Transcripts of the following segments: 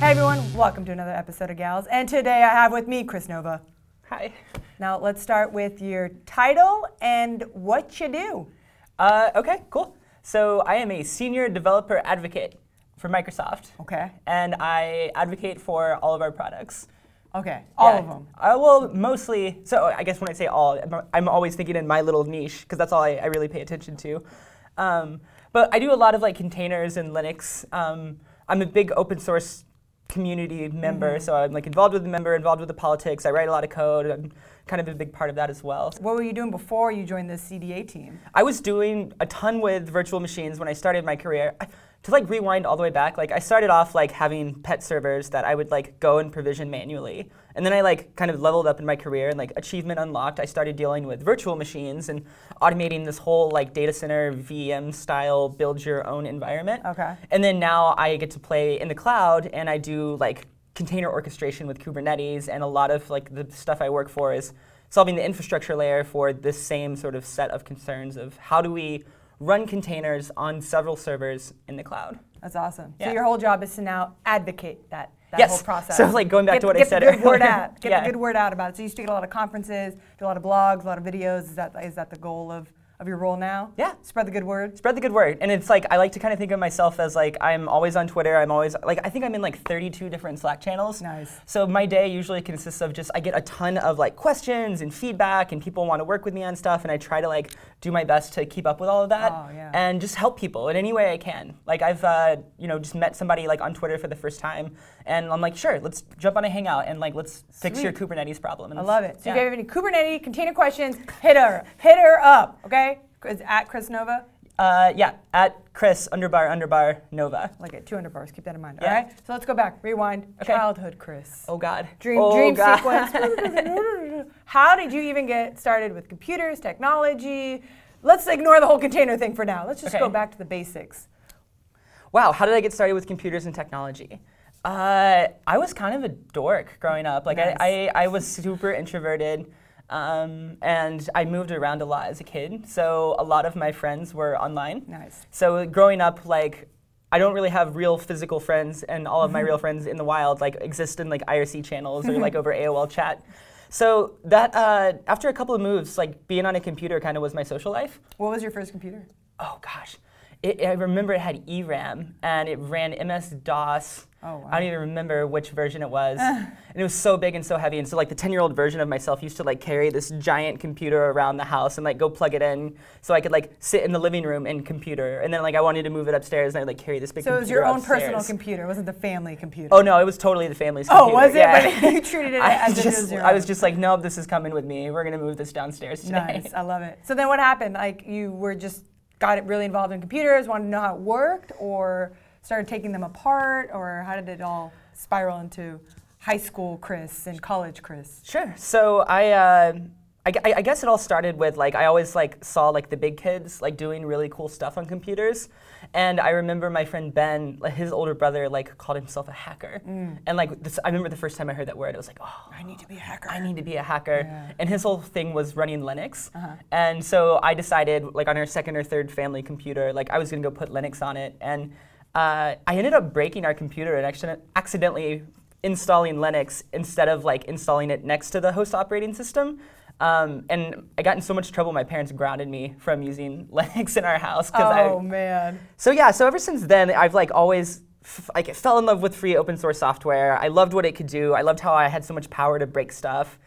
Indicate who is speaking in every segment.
Speaker 1: Hey everyone, welcome to another episode of Gals. And today I have with me Chris Nova.
Speaker 2: Hi.
Speaker 1: Now let's start with your title and what you do.
Speaker 2: Uh, okay, cool. So I am a senior developer advocate for Microsoft.
Speaker 1: Okay.
Speaker 2: And I advocate for all of our products.
Speaker 1: Okay, all
Speaker 2: Yeah.
Speaker 1: of them.
Speaker 2: Uh, well, mostly. So I guess when I say all, I'm- I'm always thinking in my little niche because that's all I, I really pay attention to. Um, but I do a lot of like containers and Linux. Um, I'm a big open source community member,
Speaker 1: Mm-hmm.
Speaker 2: so I'm like involved with the member, involved with the politics. I write a lot of code. I'm kind of a big part of that as well.
Speaker 1: What were you doing before you joined the CDA team?
Speaker 2: I was doing a ton with virtual machines when I started my career. I, to like rewind all the way back, like I started off like having pet servers that I would like go and provision manually. And then I like kind of leveled up in my career and like achievement unlocked. I started dealing with virtual machines and automating this whole like data center VM style build your own environment.
Speaker 1: Okay.
Speaker 2: And then now I get to play in the cloud and I do like container orchestration with Kubernetes and a lot of like the stuff I work for is solving the infrastructure layer for this same sort of set of concerns of how do we run containers on several servers in the cloud.
Speaker 1: That's awesome. So
Speaker 2: Yeah.
Speaker 1: your whole job is to now advocate that, that
Speaker 2: Yes.
Speaker 1: whole process.
Speaker 2: So, like, going back
Speaker 1: Get-
Speaker 2: to what I
Speaker 1: get
Speaker 2: said
Speaker 1: the good word
Speaker 2: earlier.
Speaker 1: out. Get
Speaker 2: Yeah.
Speaker 1: the good word out about it. So you used to get a lot of conferences, do a lot of blogs, a lot of videos. Is that is that the goal of, of your role now?
Speaker 2: Yeah.
Speaker 1: Spread the good word.
Speaker 2: Spread the good word. And it's like I like to kind of think of myself as like I'm always on Twitter. I'm always like I think I'm in like 32 different Slack channels.
Speaker 1: Nice.
Speaker 2: So my day usually consists of just I get a ton of like questions and feedback and people want to work with me on stuff and I try to like do my best to keep up with all of that
Speaker 1: Oh, yeah.
Speaker 2: and just help people in any way I can. Like I've uh, you know just met somebody like on Twitter for the first time and I'm like sure let's jump on a hangout and like let's fix your Kubernetes problem. And
Speaker 1: I
Speaker 2: it's-
Speaker 1: love it. So
Speaker 2: yeah.
Speaker 1: if you have any Kubernetes container questions, hit her. Hit her up, okay? It's at Chris Nova.
Speaker 2: uh, yeah at Chris underbar underbar Nova.
Speaker 1: Like at 200 bars. Keep that in mind,
Speaker 2: Yeah.
Speaker 1: all right? So let's go back. Rewind.
Speaker 2: Okay.
Speaker 1: Childhood Chris.
Speaker 2: Oh God.
Speaker 1: Dream,
Speaker 2: oh,
Speaker 1: dream
Speaker 2: God.
Speaker 1: sequence. How did you even get started with computers, technology? Let's ignore the whole container thing for now. Let's just go
Speaker 2: Okay.
Speaker 1: back to the basics.
Speaker 2: wow, how did I get started with computers and technology? Uh, I was kind of a dork growing up. Like
Speaker 1: Nice.
Speaker 2: I, I, I was super introverted, um, and I moved around a lot as a kid. So a lot of my friends were online.
Speaker 1: Nice.
Speaker 2: So growing up, like I don't really have real physical friends, and all of
Speaker 1: Mm-hmm.
Speaker 2: my real friends in the wild like exist in like IRC channels or like over AOL chat. So that uh, after a couple of moves, like being on a computer kind of was my social life
Speaker 1: What was your first computer?
Speaker 2: oh gosh, it, I remember it had ERAM and it ran MS DOS.
Speaker 1: Oh, wow.
Speaker 2: I don't even remember which version it was, and it was so big and so heavy. And so like the ten-year-old version of myself used to like carry this giant computer around the house and like go plug it in, so I could like sit in the living room and computer. And then like I wanted to move it upstairs and I would like carry this big.
Speaker 1: So it was
Speaker 2: computer
Speaker 1: your own
Speaker 2: upstairs.
Speaker 1: personal computer. It wasn't the family computer.
Speaker 2: Oh no, it was totally the family's
Speaker 1: Oh,
Speaker 2: computer.
Speaker 1: was it?
Speaker 2: Yeah.
Speaker 1: But you treated it
Speaker 2: I
Speaker 1: as if it
Speaker 2: just,
Speaker 1: was your
Speaker 2: I was
Speaker 1: own.
Speaker 2: just like, nope, this is coming with me. We're gonna move this downstairs today.
Speaker 1: Nice. I love it. So then what happened? Like you were just got it really involved in computers, wanted to know how it worked, or started taking them apart, or how did it all spiral into high school Chris and college Chris?
Speaker 2: Sure. So I, uh, I, gu- I- I guess it all started with like I always like saw like the big kids like doing really cool stuff on computers, and I remember my friend Ben, like, his older brother, like called himself a hacker, and like this, I remember the first time I heard that word, I was like, oh,
Speaker 1: I need to be a hacker.
Speaker 2: I need to be a hacker.
Speaker 1: Yeah. Uh-huh.
Speaker 2: And his whole thing was running Linux. And so I decided, like on our second or third family computer, like I was gonna go put Linux on it. And uh, I ended up breaking our computer and accident- accidentally installing Linux instead of like installing it next to the host operating system. Um, and I got in so much trouble, my parents grounded me from using Linux in our house because I
Speaker 1: Oh man.
Speaker 2: so yeah, so ever since then, I've like always f- like fell in love with free open source software. I loved what it could do. I loved how I had so much power to break stuff,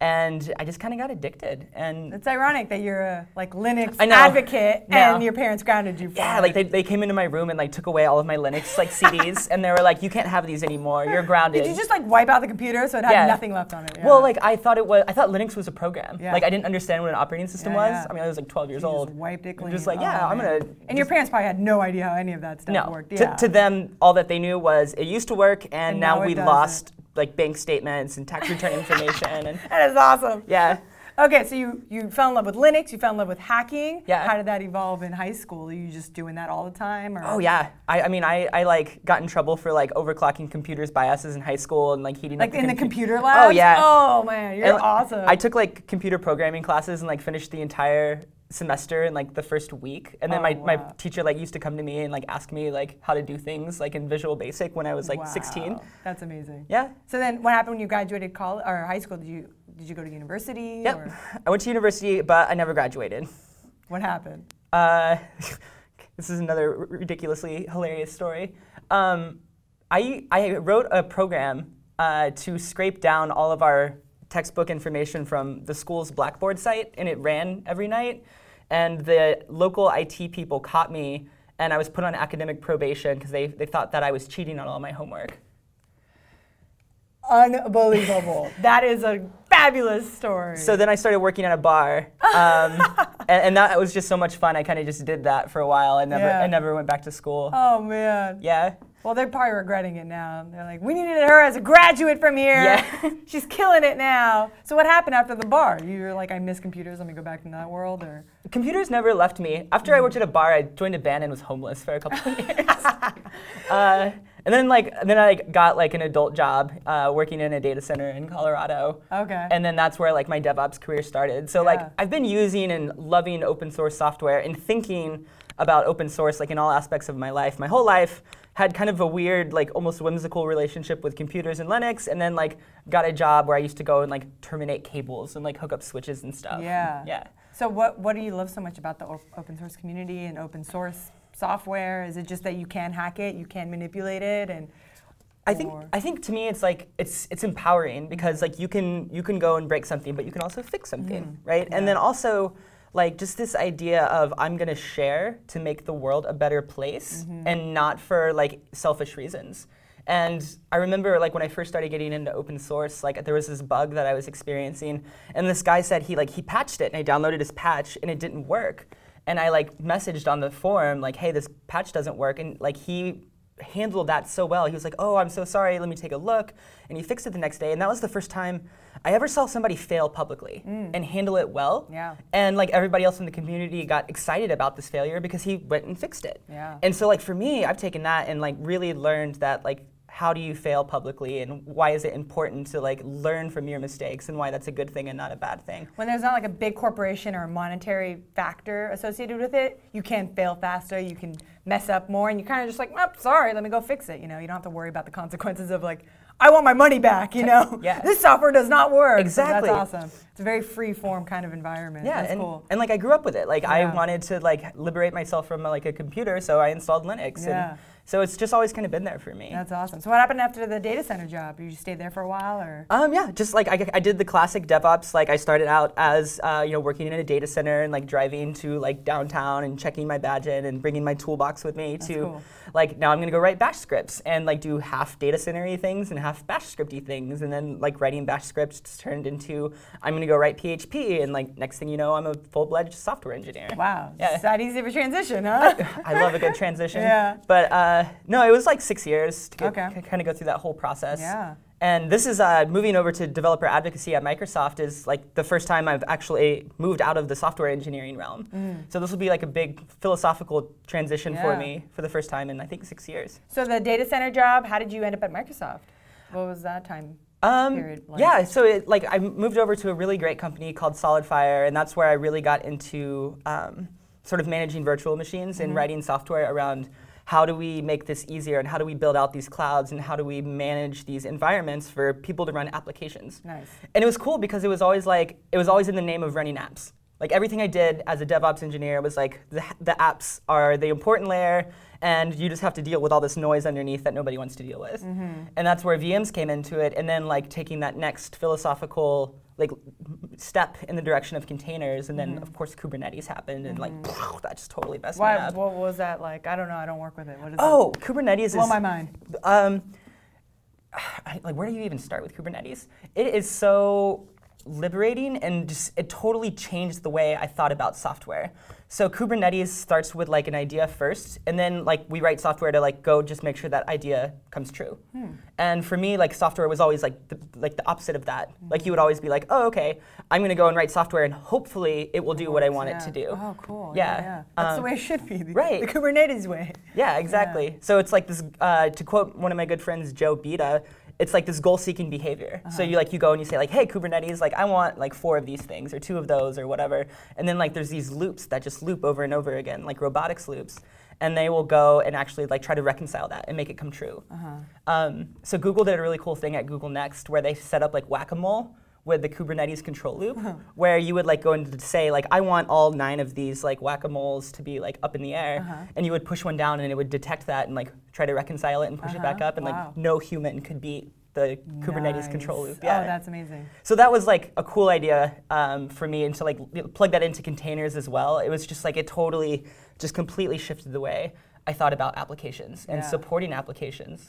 Speaker 2: and I just kind of got addicted. And
Speaker 1: It's ironic that you're a like Linux
Speaker 2: I know.
Speaker 1: advocate
Speaker 2: Yeah.
Speaker 1: and your parents grounded you for
Speaker 2: yeah,
Speaker 1: it.
Speaker 2: like they, they came into my room and like took away all of my Linux like CDs, and they were like, "You can't have these anymore. You're grounded."
Speaker 1: Did you just like wipe out the computer so it had
Speaker 2: Yeah.
Speaker 1: nothing left on it? Yeah.
Speaker 2: Well, like I thought it was. I thought Linux was a program.
Speaker 1: Yeah.
Speaker 2: Like I didn't understand what an operating system
Speaker 1: Yeah,
Speaker 2: was.
Speaker 1: yeah.
Speaker 2: I mean, I was like 12 years
Speaker 1: You
Speaker 2: old.
Speaker 1: Just wiped it
Speaker 2: I'm
Speaker 1: clean.
Speaker 2: just like, yeah,
Speaker 1: Oh,
Speaker 2: I'm
Speaker 1: man.
Speaker 2: gonna
Speaker 1: And your parents probably had no idea how any of that stuff
Speaker 2: no.
Speaker 1: worked.
Speaker 2: To-
Speaker 1: Yeah.
Speaker 2: To, them, all that they knew was it used to work, and,
Speaker 1: And
Speaker 2: now,
Speaker 1: now it
Speaker 2: we
Speaker 1: doesn't.
Speaker 2: lost like bank statements and tax return information, and
Speaker 1: that is awesome.
Speaker 2: yeah.
Speaker 1: Okay, so you, you fell in love with Linux, you fell in love with hacking.
Speaker 2: Yeah.
Speaker 1: How did that evolve in high school? Are you just doing that all the time? Or?
Speaker 2: Oh yeah. I, I mean, I, I like got in trouble for like overclocking computers biases in high school and like heating
Speaker 1: Like
Speaker 2: up
Speaker 1: in the
Speaker 2: compu-
Speaker 1: computer lab?
Speaker 2: yeah.
Speaker 1: Oh man, you're
Speaker 2: And
Speaker 1: awesome.
Speaker 2: I took like computer programming classes and like finished the entire semester in like the first week and then
Speaker 1: Oh,
Speaker 2: my, my
Speaker 1: wow.
Speaker 2: teacher like used to come to me and like ask me like how to do things like in visual basic when i was like 16
Speaker 1: Wow, That's amazing.
Speaker 2: yeah
Speaker 1: So then, what happened when you graduated college or high school? Did you did you go to university?
Speaker 2: Yep.
Speaker 1: Or
Speaker 2: i went to university but i never graduated
Speaker 1: what happened?
Speaker 2: Uh, this is another r- ridiculously hilarious story. Um, I, I wrote a program uh, to scrape down all of our textbook information from the school's Blackboard site, and it ran every night. And the local IT people caught me, and I was put on academic probation because they, they thought that I was cheating on all my homework.
Speaker 1: Unbelievable. that is a fabulous story.
Speaker 2: So then I started working at a bar, um, and, and that was just so much fun. I kind of just did that for a while. I never,
Speaker 1: Yeah.
Speaker 2: I never went back to school.
Speaker 1: oh man.
Speaker 2: Yeah.
Speaker 1: Well, they're probably regretting it now. They're like, we needed her as a graduate from here.
Speaker 2: Yeah.
Speaker 1: She's killing it now. So what happened after the bar? You were like, I miss computers. Let me go back to that world, or
Speaker 2: Computers never left me. After I worked at a bar, I joined a band and was homeless for a couple of years. Uh, and then like and then I like, got like an adult job uh, working in a data center in Colorado.
Speaker 1: okay.
Speaker 2: And then that's where like my DevOps career started. So
Speaker 1: Yeah.
Speaker 2: like I've been using and loving open source software and thinking about open source like in all aspects of my life. My whole life had kind of a weird like almost whimsical relationship with computers and Linux and then like got a job where I used to go and like terminate cables and like hook up switches and stuff.
Speaker 1: Yeah.
Speaker 2: Yeah.
Speaker 1: so what what do you love so much about the op- open source community and open source software? Is it just that you can hack it, you can manipulate it, and
Speaker 2: I think
Speaker 1: or-
Speaker 2: I think to me it's like it's it's empowering because like you can you can go and break something but you can also fix something, right? And then also like just this idea of I'm going to share to make the world a better place and not for like selfish reasons. And I remember like when I first started getting into open source, like there was this bug that I was experiencing and this guy said he like he patched it and I downloaded his patch and it didn't work. And I like messaged on the forum like, "Hey, this patch doesn't work." And like he handled that so well. He was like, "Oh, I'm so sorry. Let me take a look," and he fixed it the next day. And that was the first time I ever saw somebody fail publicly and handle it well.
Speaker 1: Mm. Yeah.
Speaker 2: And like everybody else in the community got excited about this failure because he went and fixed it.
Speaker 1: Yeah.
Speaker 2: And so like for me, I've taken that and like really learned that like how do you fail publicly and why is it important to like learn from your mistakes and why that's a good thing and not a bad thing.
Speaker 1: when there's not like a big corporation or a monetary factor associated with it, you can fail faster, you can mess up more, and you kind of just like, oh, sorry, let me go fix it. You know, you don't have to worry about the consequences of like, I want my money back. You know,
Speaker 2: Yeah.
Speaker 1: this software does not work. So
Speaker 2: Exactly.
Speaker 1: that's awesome. It's a very free form kind of environment.
Speaker 2: Yeah,
Speaker 1: that's
Speaker 2: and,
Speaker 1: cool.
Speaker 2: and like I grew up with it. Like
Speaker 1: Yeah.
Speaker 2: I wanted to like liberate myself from like a computer, so I installed Linux.
Speaker 1: Yeah.
Speaker 2: And so it's just always kind of been there for me.
Speaker 1: That's awesome. So what happened after the data center job? You just stayed there for a while, or
Speaker 2: Um, yeah, just like I, I did the classic DevOps. Like I started out as uh, you know working in a data center and like driving to like downtown and checking my badge in and bringing my toolbox with me to
Speaker 1: cool.
Speaker 2: like now I'm gonna go write Bash scripts and like do half data centery things and half Bash scripty things and then like writing Bash scripts turned into I'm gonna go write PHP and like next thing you know I'm a full fledged software engineer.
Speaker 1: wow,
Speaker 2: Yeah.
Speaker 1: it's that easy of a transition, huh?
Speaker 2: I love a good transition.
Speaker 1: Yeah.
Speaker 2: But uh, no, it was like six years to
Speaker 1: Okay.
Speaker 2: kind of go through that whole process.
Speaker 1: Yeah.
Speaker 2: And this is uh, moving over to developer advocacy at Microsoft is like the first time I've actually moved out of the software engineering realm. So this will be like a big philosophical transition for
Speaker 1: Mm. Yeah.
Speaker 2: me for the first time in I think six years.
Speaker 1: so the data center job. How did you end up at Microsoft? What was that time?
Speaker 2: Um,
Speaker 1: period like?
Speaker 2: yeah, so it, like I moved over to a really great company called SolidFire, and that's where I really got into um, sort of managing virtual machines and writing software around how do we make this easier and how do we build out these clouds and how do we manage these environments for people to run applications.
Speaker 1: Nice.
Speaker 2: And it was cool because it was always like it was always in the name of running apps. Like everything I did as a DevOps engineer was like the, the apps are the important layer, and you just have to deal with all this noise underneath that nobody wants to deal with.
Speaker 1: Mm-hmm.
Speaker 2: And that's where VMs came into it, and then like taking that next philosophical like step in the direction of containers, and then of course Kubernetes happened, and like that just totally messed me
Speaker 1: Mm-hmm. Why,
Speaker 2: up.
Speaker 1: what was that like? I don't know. I don't work with it. What is
Speaker 2: Oh, Kubernetes
Speaker 1: that? Blow
Speaker 2: is
Speaker 1: my mind.
Speaker 2: um, I- like where do you even start with Kubernetes? It is so liberating and just it totally changed the way I thought about software. So Kubernetes starts with like an idea first, and then like we write software to like go just make sure that idea comes true.
Speaker 1: Hmm.
Speaker 2: And for me, like software was always like the, like the opposite of that.
Speaker 1: Hmm.
Speaker 2: Like you would always be like, oh okay, I'm gonna go and write software, and hopefully it will do what I want it to
Speaker 1: Yeah.
Speaker 2: do.
Speaker 1: Oh, cool.
Speaker 2: Yeah.
Speaker 1: Yeah, yeah. That's the
Speaker 2: Um,
Speaker 1: way it should be. The,
Speaker 2: right.
Speaker 1: The Kubernetes way.
Speaker 2: Yeah, exactly. So it's like this. Uh, to quote one of my good friends, Joe Bita, it's like this goal-seeking behavior. So you like you go and you say like, "Hey, Kubernetes, like I want like four of these things or two of those or whatever," and then like there's these loops that just loop over and over again, like robotics loops, and they will go and actually like try to reconcile that and make it come true. Um, so Google did a really cool thing at Google Next where they set up like whack-a-mole with the Kubernetes control loop, where you would like go and say like, I want all nine of these like whack-a-moles to be like up in the air, and you would push one down and it would detect that and like try to reconcile it and push it back
Speaker 1: Uh-huh.
Speaker 2: up, and
Speaker 1: Wow.
Speaker 2: like no human could beat the Kubernetes control
Speaker 1: Nice.
Speaker 2: loop. Yeah.
Speaker 1: Oh, that's amazing.
Speaker 2: so that was like a cool idea um, for me, and to like l- plug that into containers as well. It was just like it totally, just completely shifted the way I thought about applications and
Speaker 1: Yeah. Uh-huh.
Speaker 2: supporting applications.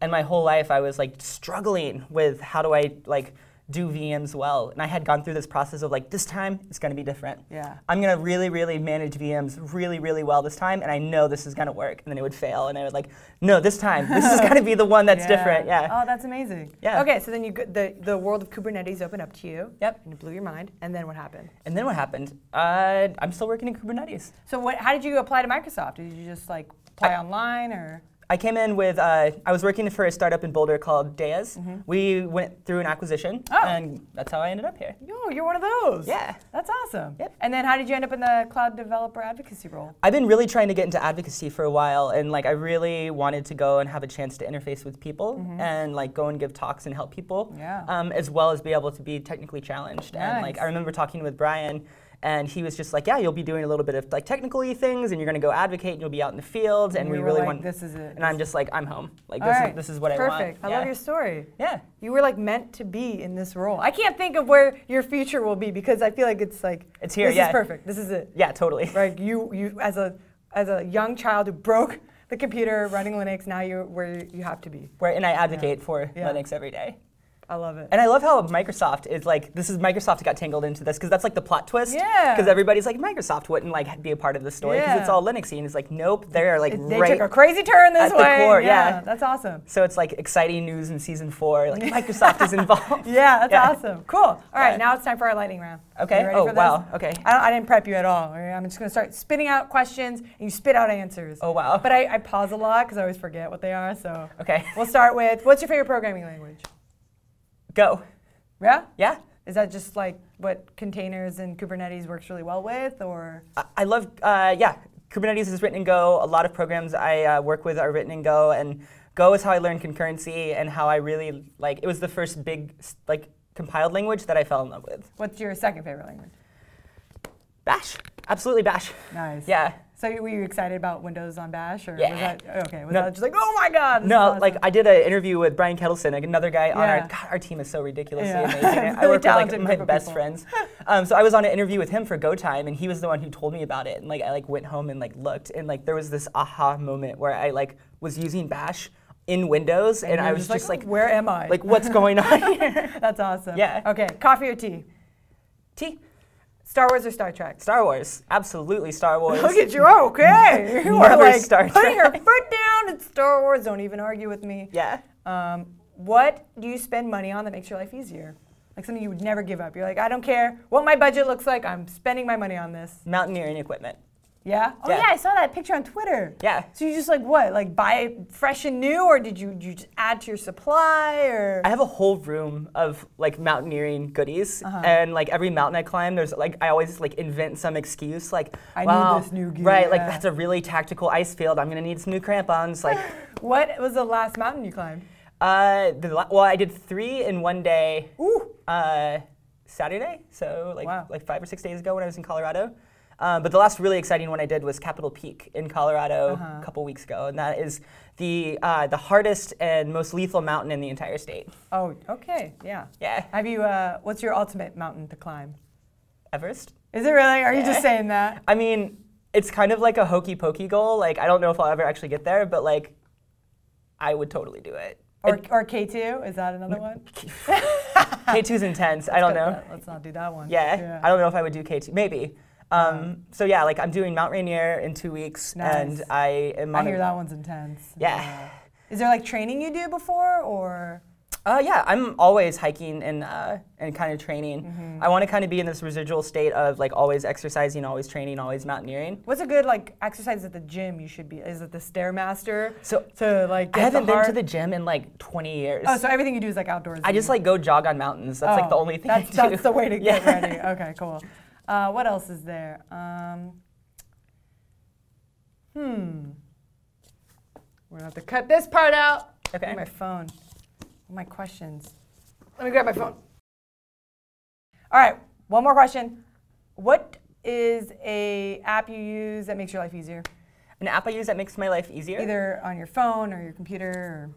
Speaker 2: And my whole life, I was like struggling with how do I like do VMs well. And I had gone through this process of like this time it's going to be different.
Speaker 1: Yeah.
Speaker 2: I'm gonna really, really manage VMs really, really well this time, and I know this is gonna work. And then it would fail, and I would like, no, this time this is gonna be the one that's different. Yeah.
Speaker 1: Oh, that's amazing.
Speaker 2: Yeah.
Speaker 1: Okay, so then you g- the the world of Kubernetes opened up to you.
Speaker 2: Yep.
Speaker 1: And it blew your mind. And then what happened?
Speaker 2: And then what happened? Uh, I'm still working in Kubernetes.
Speaker 1: So what? How did you apply to Microsoft? Did you just like apply online or?
Speaker 2: I came in with uh, I was working for a startup in Boulder called Deas. We went through an acquisition,
Speaker 1: Oh.
Speaker 2: and that's how I ended up here.
Speaker 1: Yo, you're one of those.
Speaker 2: Yeah.
Speaker 1: That's awesome.
Speaker 2: Yep.
Speaker 1: And then how did you end up in the cloud developer advocacy role?
Speaker 2: I've been really trying to get into advocacy for a while, and like I really wanted to go and have a chance to interface with people and like go and give talks and help people,
Speaker 1: Mm-hmm. Yeah.
Speaker 2: um, as well as be able to be technically challenged. And like
Speaker 1: Nice.
Speaker 2: I remember talking with Brian. And he was just like, yeah, you'll be doing a little bit of like technical things, and you're gonna go advocate, and you'll be out in the field, and
Speaker 1: You
Speaker 2: we
Speaker 1: were
Speaker 2: really
Speaker 1: like,
Speaker 2: want.
Speaker 1: this is it.
Speaker 2: And I'm just like, I'm home. Like
Speaker 1: All
Speaker 2: this,
Speaker 1: right.
Speaker 2: is, this is what
Speaker 1: Perfect.
Speaker 2: I want.
Speaker 1: I love your story.
Speaker 2: Yeah.
Speaker 1: You were like meant to be in this role. I can't think of where your future will be because I feel like it's like
Speaker 2: It's here,
Speaker 1: This
Speaker 2: yeah.
Speaker 1: is perfect. This is it.
Speaker 2: Yeah, totally.
Speaker 1: Right? You you as a as a young child who broke the computer running Linux. Now you're where you have to be.
Speaker 2: Where and I advocate for
Speaker 1: Yeah.
Speaker 2: Linux every day.
Speaker 1: I love it.
Speaker 2: And I love how Microsoft is like this is Microsoft got tangled into this because that's like the plot twist.
Speaker 1: Yeah.
Speaker 2: Because everybody's like Microsoft wouldn't like be a part of the story because it's
Speaker 1: Yeah.
Speaker 2: all Linuxy and it's like nope they are like
Speaker 1: It- they
Speaker 2: right.
Speaker 1: took a crazy turn this
Speaker 2: at the
Speaker 1: way.
Speaker 2: core, yeah.
Speaker 1: that's awesome.
Speaker 2: so it's like exciting news in season four like Microsoft is involved.
Speaker 1: Yeah, that's
Speaker 2: Yeah.
Speaker 1: awesome. Cool. All right,
Speaker 2: Yeah.
Speaker 1: now it's time for our lightning round.
Speaker 2: Okay.
Speaker 1: You ready
Speaker 2: Oh,
Speaker 1: for this?
Speaker 2: wow. Okay.
Speaker 1: I, don't, I didn't prep you at all. all right? I'm just going to start spitting out questions, and you spit out answers.
Speaker 2: Oh wow.
Speaker 1: But I, I pause a lot because I always forget what they are. So
Speaker 2: okay.
Speaker 1: we'll start with what's your favorite programming language?
Speaker 2: Go.
Speaker 1: Yeah.
Speaker 2: Yeah.
Speaker 1: Is that just like what containers and Kubernetes works really well with, or
Speaker 2: I, I love uh, yeah. Kubernetes is written in Go. A lot of programs I uh, work with are written in Go, and Go is how I learned concurrency and how I really like. It was the first big like compiled language that I fell in love with.
Speaker 1: what's your second favorite language?
Speaker 2: Bash. Absolutely Bash.
Speaker 1: Nice.
Speaker 2: Yeah.
Speaker 1: So you- were you excited about Windows on Bash, or
Speaker 2: Yeah.
Speaker 1: was that okay? Was
Speaker 2: No.
Speaker 1: that just like, oh my God? this is
Speaker 2: No,
Speaker 1: awesome."
Speaker 2: like I did an interview with Brian Kettleson, like another guy on
Speaker 1: Yeah.
Speaker 2: our God, our team is so ridiculously
Speaker 1: Yeah.
Speaker 2: amazing. I
Speaker 1: Really
Speaker 2: work with
Speaker 1: talented
Speaker 2: like my
Speaker 1: group of
Speaker 2: best
Speaker 1: people.
Speaker 2: friends. Um, so I was on an interview with him for Go Time, and he was the one who told me about it. And like I like went home and like looked, and like there was this aha moment where I like was using Bash in Windows, and,
Speaker 1: you
Speaker 2: I
Speaker 1: were
Speaker 2: was just like,
Speaker 1: where am I?
Speaker 2: like what's going on here?
Speaker 1: that's awesome.
Speaker 2: Yeah.
Speaker 1: Okay, coffee or tea?
Speaker 2: T.
Speaker 1: Star Wars or Star Trek?
Speaker 2: Star Wars, absolutely Star Wars.
Speaker 1: Look at you. Okay. You are
Speaker 2: Never
Speaker 1: like
Speaker 2: Star
Speaker 1: putting her foot down at Star Wars. Don't even argue with me.
Speaker 2: yeah.
Speaker 1: Um, what do you spend money on that makes your life easier? Like something you would never give up. You're like, I don't care what my budget looks like. I'm spending my money on this.
Speaker 2: Mountaineering equipment.
Speaker 1: Yeah. Oh yeah,
Speaker 2: Yeah.
Speaker 1: I saw that picture on Twitter.
Speaker 2: Yeah.
Speaker 1: So you just like what? Like buy it fresh and new, or did you you just add to your supply? Or
Speaker 2: I have a whole room of like mountaineering goodies,
Speaker 1: Uh-huh.
Speaker 2: and like every mountain I climb, there's like I always like invent some excuse like
Speaker 1: I need
Speaker 2: wow,
Speaker 1: this new gear,
Speaker 2: right? Like
Speaker 1: yeah.
Speaker 2: that's a really tactical ice field. I'm gonna need some new crampons. Like,
Speaker 1: what was the last mountain you climbed?
Speaker 2: uh, the, la- well, I did three in one day.
Speaker 1: Ooh.
Speaker 2: Uh, Saturday, so like
Speaker 1: Wow.
Speaker 2: like five or six days ago when I was in Colorado. Um, but the last really exciting one I did was Capitol Peak in Colorado
Speaker 1: Uh-huh.
Speaker 2: a couple weeks ago, and that is the uh, the hardest and most lethal mountain in the entire state.
Speaker 1: Oh, okay. Yeah.
Speaker 2: Yeah,
Speaker 1: Have you? Uh, what's your ultimate mountain to climb?
Speaker 2: Everest.
Speaker 1: Is it really? Are you just
Speaker 2: Yeah.
Speaker 1: saying that?
Speaker 2: I mean, it's kind of like a hokey pokey goal. Like, I don't know if I'll ever actually get there, but like, I would totally do it.
Speaker 1: Or, or K2? Is that another one?
Speaker 2: K2's intense. I don't
Speaker 1: Cut
Speaker 2: know.
Speaker 1: that. Let's not do that one.
Speaker 2: Yeah. I don't know if I would do K2. Maybe. Um, so yeah, like I'm doing Mount Rainier in two weeks,
Speaker 1: Nice.
Speaker 2: and I am.
Speaker 1: I
Speaker 2: on a-
Speaker 1: hear that one's intense.
Speaker 2: Yeah.
Speaker 1: Is there like training you do before or?
Speaker 2: Uh, yeah, I'm always hiking and uh, and kind of training.
Speaker 1: Mm-hmm.
Speaker 2: I want to kind of be in this residual state of like always exercising, always training, always mountaineering.
Speaker 1: What's a good like exercise at the gym? You should be. Is it the stairmaster?
Speaker 2: So-
Speaker 1: to like get
Speaker 2: I haven't been to
Speaker 1: heart-
Speaker 2: the gym in like 20 years.
Speaker 1: Oh, so everything you do is like outdoors.
Speaker 2: I just like go jog on mountains. That's like the
Speaker 1: Oh,
Speaker 2: only thing
Speaker 1: That's,
Speaker 2: I do.
Speaker 1: that's the way to get
Speaker 2: Yeah.
Speaker 1: ready. Okay, cool. Uh, what else is there? Um, hmm. We're gonna have to cut this part out.
Speaker 2: Okay.
Speaker 1: My phone. My questions. Let me grab my phone. All right. One more question. What is a app you use that makes your life easier?
Speaker 2: An app I use that makes my life easier.
Speaker 1: Either on your phone or your computer. Or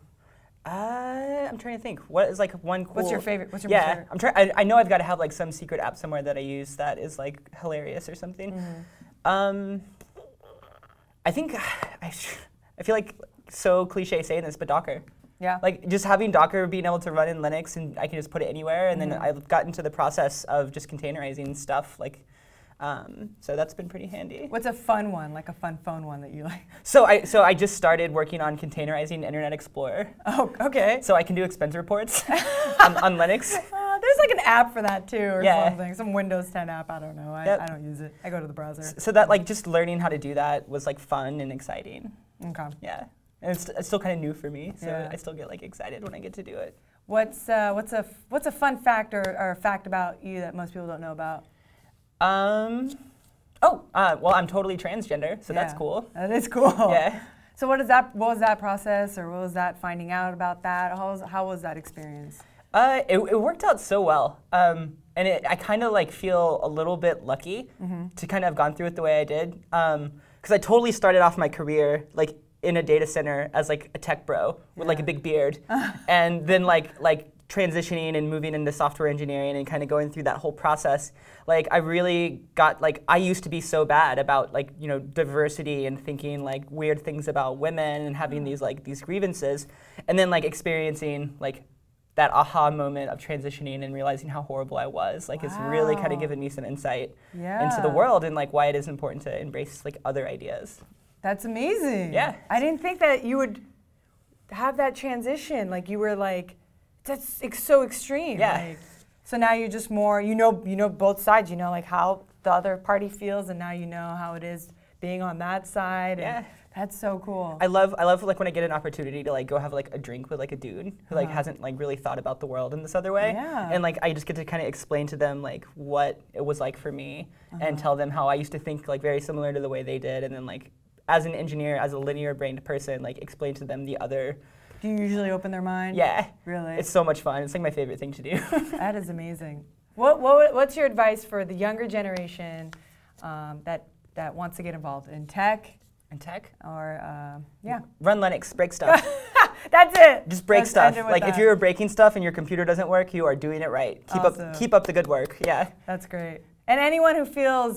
Speaker 2: Uh, I'm trying to think. What is like one cool?
Speaker 1: What's your favorite? What's your most
Speaker 2: yeah,
Speaker 1: favorite?
Speaker 2: I'm trying. I, I know I've got to have like some secret app somewhere that I use that is like hilarious or something.
Speaker 1: Mm-hmm.
Speaker 2: Um, I think I, sh- I feel like so cliche saying this, but Docker.
Speaker 1: Yeah.
Speaker 2: Like just having Docker being able to run in Linux and I can just put it anywhere, and
Speaker 1: Mm-hmm.
Speaker 2: then I've gotten to the process of just containerizing stuff. Like, um, so that's been pretty handy.
Speaker 1: What's a fun one? Like a fun phone one that you like?
Speaker 2: So I so I just started working on containerizing Internet Explorer,
Speaker 1: Oh, okay.
Speaker 2: so I can do expense reports on, on Linux.
Speaker 1: Uh, there's like an app for that too, or
Speaker 2: Yeah.
Speaker 1: something. Some Windows 10 app. I don't know. I,
Speaker 2: Yep.
Speaker 1: I don't use it. I go to the browser.
Speaker 2: So that like just learning how to do that was like fun and exciting.
Speaker 1: Okay.
Speaker 2: Yeah. And it's, it's still kind of new for me, so
Speaker 1: Yeah.
Speaker 2: I still get like excited when I get to do it.
Speaker 1: What's uh, what's a f- what's a fun fact or, or a fact about you that most people don't know about?
Speaker 2: Um, oh, uh, well, I'm totally transgender, so that's
Speaker 1: Yeah. Oh,
Speaker 2: cool.
Speaker 1: That is cool.
Speaker 2: Yeah.
Speaker 1: So what is that? What was that process, or what was that finding out about that? How was, how was that experience?
Speaker 2: Uh, it, it worked out so well. Um, and it, I kind of like feel a little bit lucky to kind of have gone through it the way I did. Because I totally started off my career like in a data center as like a tech bro with like a
Speaker 1: Yeah.
Speaker 2: big beard. and then like like transitioning and moving into software engineering and kind of going through that whole process like i really got like i used to be so bad about like you know diversity and thinking like weird things about women and having these like these grievances and then like experiencing like that aha moment of transitioning and realizing how horrible I was, like, has really kind
Speaker 1: Wow.
Speaker 2: of given me some insight into
Speaker 1: Yeah.
Speaker 2: the world and like why it is important to embrace like other ideas.
Speaker 1: That's amazing.
Speaker 2: Yeah.
Speaker 1: I didn't think that you would have that transition. Like you were like, that's ex- so extreme.
Speaker 2: Yeah.
Speaker 1: Like, so now you're just more. You know. You know both sides. You know like how the other party feels, and now you know how it is being on that side. and
Speaker 2: Yeah.
Speaker 1: That's so cool.
Speaker 2: I love I love like when I get an opportunity to like go have like a drink with like a dude who like
Speaker 1: Uh-huh.
Speaker 2: hasn't like really thought about the world in this other way.
Speaker 1: Yeah.
Speaker 2: And like I just get to kind of explain to them like what it was like for me
Speaker 1: Uh-huh.
Speaker 2: and tell them how I used to think like very similar to the way they did and then like as an engineer, as a linear brained person, like explain to them the other
Speaker 1: Do you usually open their mind?
Speaker 2: Yeah.
Speaker 1: Really.
Speaker 2: It's so much fun. It's like my favorite thing to do.
Speaker 1: That is amazing. What, what, what's your advice for the younger generation um, that that wants to get involved in tech
Speaker 2: and tech?
Speaker 1: or um yeah?
Speaker 2: Run Linux, break stuff.
Speaker 1: That's it.
Speaker 2: Just break
Speaker 1: Let's
Speaker 2: stuff.
Speaker 1: end it with
Speaker 2: Like if
Speaker 1: that.
Speaker 2: you're breaking stuff and your computer doesn't work, you are doing it right. Keep
Speaker 1: Awesome.
Speaker 2: up keep up the good work. Yeah.
Speaker 1: That's great. And anyone who feels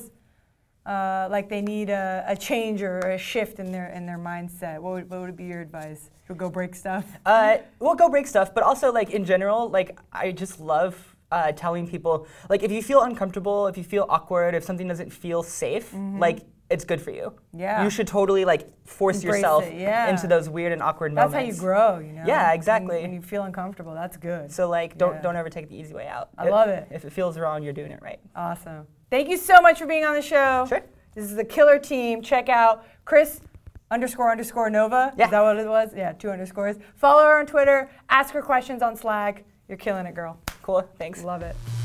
Speaker 1: uh, like they need a, a change or a shift in their in their mindset, what would, what would be your advice? Who go break stuff?
Speaker 2: Uh, well, go break stuff, but also like in general, like I just love uh, telling people like if you feel uncomfortable, if you feel awkward, if something doesn't feel safe, like it's good for you.
Speaker 1: Mm-hmm. Yeah.
Speaker 2: You should totally like force
Speaker 1: Embrace
Speaker 2: yourself
Speaker 1: it, yeah.
Speaker 2: into those weird and awkward
Speaker 1: That's how you
Speaker 2: moments.
Speaker 1: grow, you know.
Speaker 2: Yeah,
Speaker 1: When-
Speaker 2: exactly.
Speaker 1: When you feel uncomfortable, that's good.
Speaker 2: So like don't
Speaker 1: Yeah.
Speaker 2: don't ever take the easy way out.
Speaker 1: I love it.
Speaker 2: If it feels wrong, you're doing it right.
Speaker 1: Awesome. Thank you so much for being on the show.
Speaker 2: Sure.
Speaker 1: This is the killer team. Check out Chris underscore underscore Nova.
Speaker 2: Yeah.
Speaker 1: Is that what it was? Yeah, two underscores. Follow her on Twitter. Ask her questions on Slack. You're killing it, girl.
Speaker 2: Cool. Thanks.
Speaker 1: Love it.